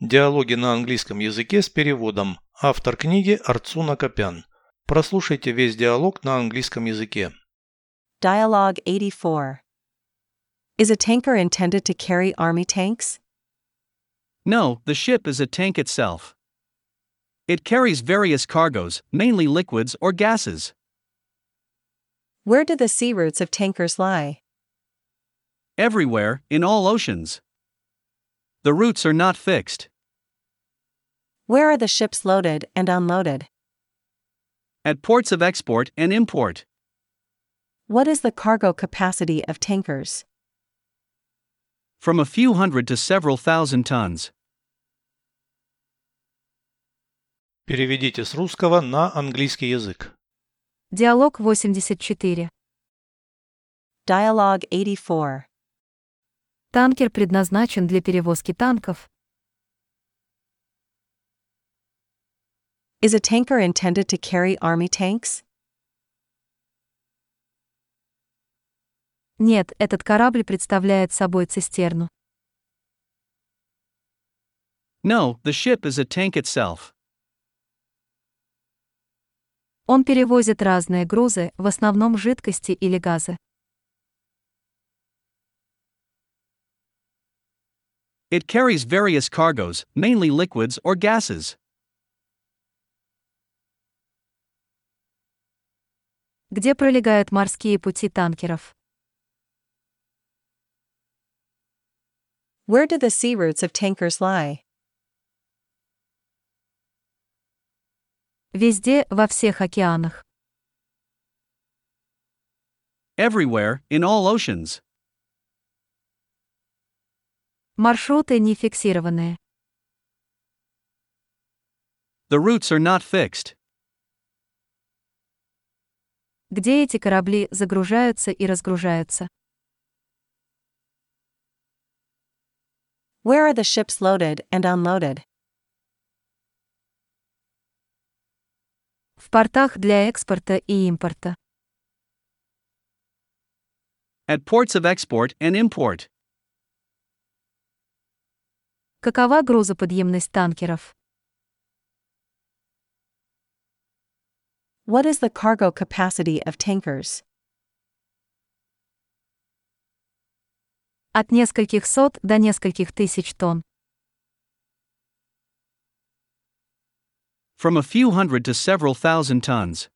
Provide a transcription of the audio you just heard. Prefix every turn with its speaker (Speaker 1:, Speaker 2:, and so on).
Speaker 1: Диалоги на английском языке с переводом. Автор книги Арцуна Копян. Прослушайте весь диалог на английском языке.
Speaker 2: Dialogue 84. Is a tanker intended to carry army tanks?
Speaker 3: No, the ship is a tank itself. It carries various cargoes, mainly liquids or gases.
Speaker 2: Where do the sea routes of tankers lie?
Speaker 3: Everywhere, in all oceans. The routes are not fixed.
Speaker 2: Where are the ships loaded and unloaded?
Speaker 3: At ports of export and import,
Speaker 2: What is the cargo capacity of tankers?
Speaker 3: from a few hundred to several thousand tons.
Speaker 1: Переведите с русского на английский язык.
Speaker 4: Диалог 84.
Speaker 2: Dialogue 84.
Speaker 4: Танкер предназначен для перевозки танков.
Speaker 2: Is a tanker intended to carry army tanks?
Speaker 4: Нет, этот корабль представляет собой цистерну.
Speaker 3: No, the ship is a tank itself.
Speaker 4: Он перевозит разные грузы, в основном жидкости или газы.
Speaker 3: It carries various cargoes, mainly liquids or gases.
Speaker 4: Где пролегают морские пути танкеров?
Speaker 2: Where do the sea routes of tankers lie?
Speaker 4: Везде, во всех океанах.
Speaker 3: Everywhere, in all oceans.
Speaker 4: Маршруты не фиксированные.
Speaker 3: The routes are not fixed.
Speaker 4: Где эти корабли загружаются и разгружаются?
Speaker 2: Where are the ships loaded and unloaded?
Speaker 4: В портах для экспорта и импорта.
Speaker 3: At ports of export and import,
Speaker 4: Какова грузоподъемность танкеров?
Speaker 2: What is the cargo capacity of tankers?
Speaker 4: От нескольких сот до нескольких тысяч тонн.
Speaker 3: from a few hundred to several thousand tons.